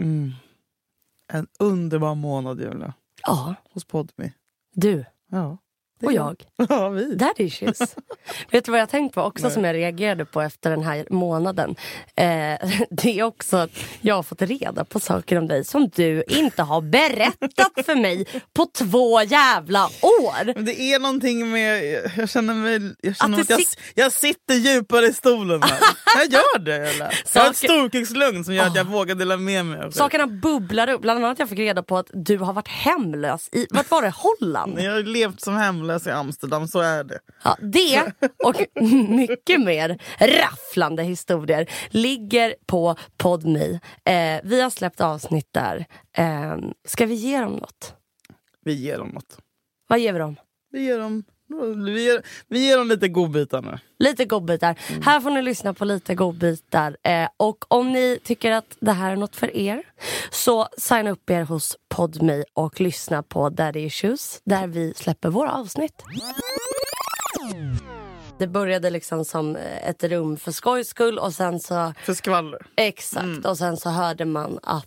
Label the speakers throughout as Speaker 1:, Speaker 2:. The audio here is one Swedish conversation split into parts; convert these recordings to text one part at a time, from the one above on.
Speaker 1: Mm. En underbar månad, Julia,
Speaker 2: Ja,
Speaker 1: hos Podmi.
Speaker 2: du
Speaker 1: Ja. det
Speaker 2: och
Speaker 1: är-
Speaker 2: jag.
Speaker 1: Ja, vi.
Speaker 2: That issues. Vet du vad jag tänkt på också
Speaker 1: Nej.
Speaker 2: som jag reagerade på efter den här månaden? Eh, det är också att jag har fått reda på saker om dig som du inte har berättat för mig på två jävla år.
Speaker 1: Men det är någonting med... Jag känner mig... Jag, känner
Speaker 2: det
Speaker 1: att jag,
Speaker 2: sit-
Speaker 1: jag sitter djupare i stolen här. jag gör det, Julia. Jag har ett
Speaker 2: Saker-
Speaker 1: storkukslugn som gör att jag vågar dela med mig. av skit.
Speaker 2: Sakerna bubblar upp. Bland annat jag fick reda på att du har varit hemlös i, vart var det, Holland?
Speaker 1: Jag har levt som hemlös i Amsterdam, så är det.
Speaker 2: Ja, det och mycket mer rafflande historier ligger på Podmi. Eh, vi har släppt avsnitt där. Eh, ska vi ge dem något?
Speaker 1: Vi ger dem något.
Speaker 2: Vad ger vi dem?
Speaker 1: Vi ger dem, vi ger, vi ger dem lite godbitar nu.
Speaker 2: Lite godbitar. Här får ni lyssna på lite godbitar. Eh, och om ni tycker att det här är något för er så signa upp er hos Podmi och lyssna på Daddy Issues där vi släpper våra avsnitt. Det började liksom som eh, ett rum för skojs skull och sen så
Speaker 1: För skvaller.
Speaker 2: Exakt.
Speaker 1: Mm.
Speaker 2: Och sen så hörde man att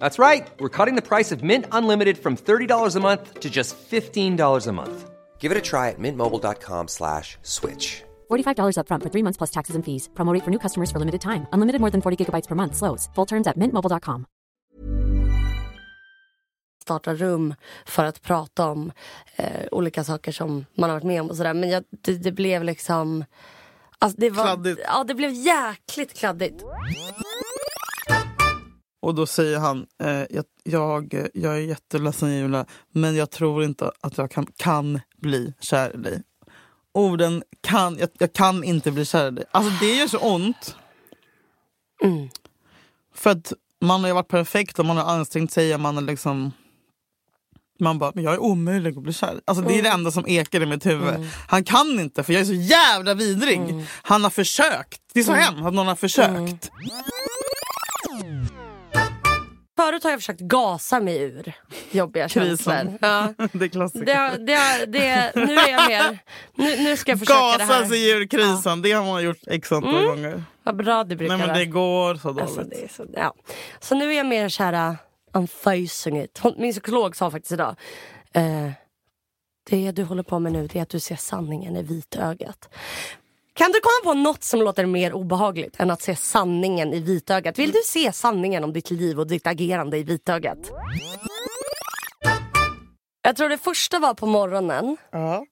Speaker 3: That's right. We're cutting the price of Mint Unlimited from $30 a month to just $15 a month. Give it a try at mintmobile.com slash switch.
Speaker 4: $45 upfront for three months plus taxes and fees. Promo rate for new customers for limited time. Unlimited more than 40 gigabytes per month. Slows. Full terms at mintmobile.com.
Speaker 2: startar rum för att prata om eh, olika saker som man har varit med om. och sådär. Men jag, det, det blev liksom... Alltså det var,
Speaker 1: Kladdigt.
Speaker 2: Ja, det blev jäkligt kladdigt.
Speaker 1: Och då säger han, eh, jag, jag, jag är jätteledsen Julia, men jag tror inte att jag kan, kan bli kär i dig. Orden kan, jag, jag kan inte bli kär i dig. Alltså det gör så ont. För att man har ju varit perfekt och man har ansträngt sig och man har liksom... Man bara, men jag är omöjlig att bli kär i." Alltså det är det enda som ekar i mitt huvud. Han kan inte för jag är så jävla vidrig. Han har försökt. Det är så hemskt att någon har försökt.
Speaker 2: Förut har jag försökt gasa mig ur jobbiga känslor.
Speaker 1: Krisen.
Speaker 2: Ja.
Speaker 1: det är klassiker.
Speaker 2: Det, har- det, har- det, nu är jag mer... Nu, nu ska jag försöka det
Speaker 1: Gasa
Speaker 2: här.
Speaker 1: sig ur krisen, det har man gjort x antal gånger.
Speaker 2: Vad bra det brukar
Speaker 1: Nej men
Speaker 2: vara.
Speaker 1: det går så dåligt.
Speaker 2: Alltså, det är så, ja. så nu är jag mer så här... äh, I'm facing it. Hon, min psykolog sa faktiskt idag. Eh, det du håller på med nu det är att du ser sanningen i vitögat. Kan du komma på något som låter mer obehagligt än att se sanningen i vitögat? Vill du se sanningen om ditt liv och ditt agerande i vitögat? Jag tror det första var på morgonen.
Speaker 1: Ja.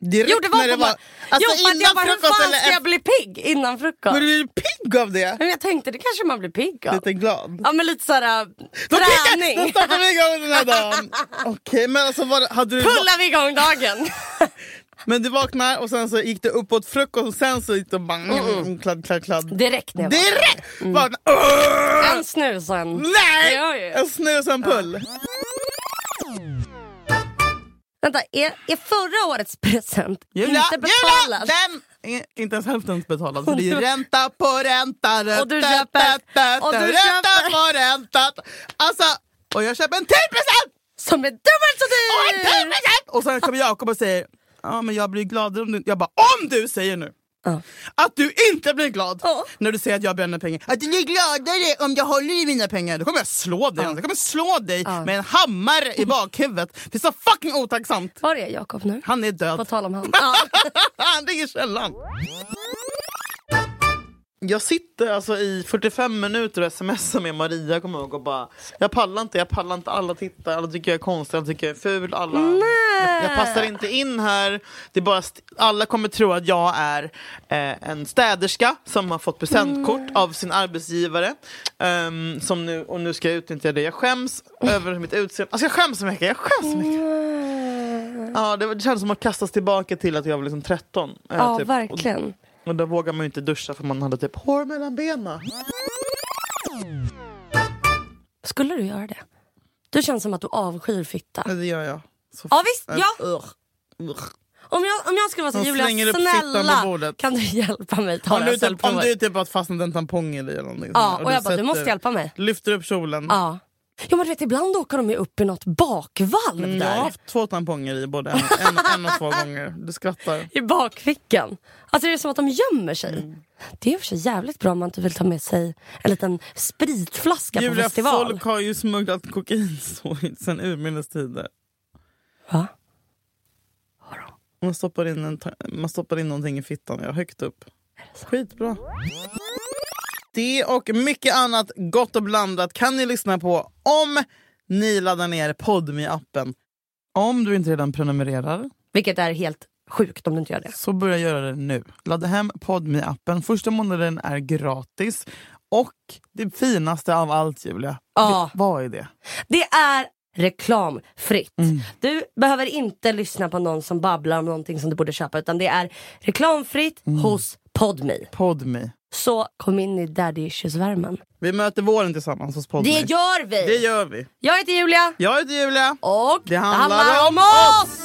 Speaker 1: Direkt
Speaker 2: Jo, det var
Speaker 1: när det
Speaker 2: på
Speaker 1: var... Alltså
Speaker 2: jo, innan jag
Speaker 1: innan
Speaker 2: bara, hur
Speaker 1: frukost
Speaker 2: fan
Speaker 1: eller
Speaker 2: ska jag
Speaker 1: efter.
Speaker 2: bli pigg innan frukost?
Speaker 1: Men
Speaker 2: Men,
Speaker 1: du är ju pigg av det.
Speaker 2: jag tänkte det kanske man blir pigg av.
Speaker 1: Lite glad.
Speaker 2: Ja men lite såhär
Speaker 1: Då kickar- Då
Speaker 2: träning.
Speaker 1: startar vi igång den här dagen. Okej men alltså var, det- hade du...
Speaker 2: Pullar vi igång dagen.
Speaker 1: Men du vaknar och sen så gick du upp åt frukost och sen så gick du bang, kladd, kladd, kladd.
Speaker 2: Mm, Direkt Mm. när jag
Speaker 1: Direkt! Vakna. Åh!
Speaker 2: En snus och en...
Speaker 1: Nej!
Speaker 2: Det gör jag ju.
Speaker 1: En snus och en pull.
Speaker 2: Vänta, är, är förra årets present
Speaker 1: Julia,
Speaker 2: inte betalad?
Speaker 1: Julia, den är inte ens hälften betalad. För det är ränta på ränta. Ränta,
Speaker 2: Och du köper-
Speaker 1: ränta,
Speaker 2: och du
Speaker 1: ränta
Speaker 2: köper-
Speaker 1: på ränta. Alltså, och jag köper en till present!
Speaker 2: Som är dubbelt så
Speaker 1: Och en till
Speaker 2: dyr!
Speaker 1: present! Och sen kommer Jakob och säger, ja men jag blir gladare om du... Jag bara, om du säger nu! Att du inte blir glad
Speaker 2: Ja.
Speaker 1: när du säger att jag bränner pengar. Att du blir gladare om jag håller i mina pengar. Då kommer jag slå dig. Jag kommer slå dig med en hammare i bakhuvudet. Det är så fucking otacksamt.
Speaker 2: Var är Jakob nu?
Speaker 1: Han är död.
Speaker 2: På tal om han. Ja.
Speaker 1: Han ligger i källaren. Jag sitter alltså i 45 minuter och smsar med Maria kommer jag ihåg, och bara Jag pallar inte, jag pallar inte, alla tittar, alla tycker jag är konstig, alla tycker jag är ful, alla jag, jag passar inte in här, det är bara st- alla kommer tro att jag är eh, en städerska som har fått presentkort av sin arbetsgivare ehm, som nu, och nu ska jag utnyttja det, jag skäms över mitt utseende, alltså jag skäms så mycket, jag skäms så mycket Ja, det, var- det kändes som att kastas tillbaka till att jag var liksom 13. eh,
Speaker 2: ja,
Speaker 1: typ.
Speaker 2: verkligen.
Speaker 1: Och, och då vågade man ju inte duscha för man hade typ hår mellan benen.
Speaker 2: Skulle du göra det? Du känns som att du avskyr fitta.
Speaker 1: Nej, Det gör jag. Så
Speaker 2: Ja visst,
Speaker 1: f-
Speaker 2: ja.
Speaker 1: Ugh, ugh.
Speaker 2: Om jag, om jag skulle vara så
Speaker 1: Hon
Speaker 2: Julia,
Speaker 1: slänger upp fittan på
Speaker 2: snälla
Speaker 1: bordet.
Speaker 2: kan du hjälpa mig ta
Speaker 1: Om
Speaker 2: det
Speaker 1: du,
Speaker 2: här
Speaker 1: typ, om du
Speaker 2: cellprovet?
Speaker 1: typ har fastnat en tampong i dig eller någonting sånt
Speaker 2: Ja,
Speaker 1: där,
Speaker 2: och jag bara, du
Speaker 1: sätter-
Speaker 2: måste hjälpa mig.
Speaker 1: Lyfter upp kjolen.
Speaker 2: Ja. Jo men du vet ibland åker de ju upp i något bakvalv
Speaker 1: Mm, Jag har
Speaker 2: där.
Speaker 1: haft två tamponger i både en, en, en och två gånger. Du skrattar.
Speaker 2: I bakfickan. Alltså det är som att de gömmer sig.
Speaker 1: Mm.
Speaker 2: Det är i och för sig jävligt bra om man inte vill ta med sig en liten spritflaska på
Speaker 1: Julia,
Speaker 2: festival.
Speaker 1: folk har ju smugglat kokain så, sen urminnes tider.
Speaker 2: Va?
Speaker 1: Man stoppar, in en ta- man stoppar in någonting i fittan, ja, högt upp. Skitbra. Det och mycket annat gott och blandat kan ni lyssna på om ni laddar ner podmi appen Om du inte redan prenumererar
Speaker 2: Vilket är helt sjukt om du inte gör det.
Speaker 1: så börja göra det nu. Ladda hem podmi appen Första månaden är gratis. Och det finaste av allt, Julia,
Speaker 2: Ja.
Speaker 1: det, vad är det?
Speaker 2: Det är reklamfritt. Du behöver inte lyssna på någon som babblar om någonting som du borde köpa utan det är reklamfritt hos Podmi.
Speaker 1: Podmi.
Speaker 2: Så kom in i daddy issues-värmen.
Speaker 1: Vi möter våren tillsammans hos Podmi.
Speaker 2: Det gör vi!
Speaker 1: det gör vi.
Speaker 2: Jag heter Julia
Speaker 1: Jag heter Julia.
Speaker 2: och
Speaker 1: Det handlar om
Speaker 2: oss!